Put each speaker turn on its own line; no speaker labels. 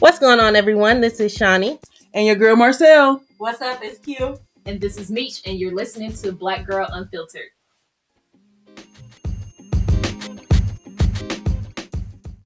What's going on, everyone? This is Shawnee.
And your girl Marcel.
What's up? It's Q.
And this is Meech, and you're listening to Black Girl Unfiltered.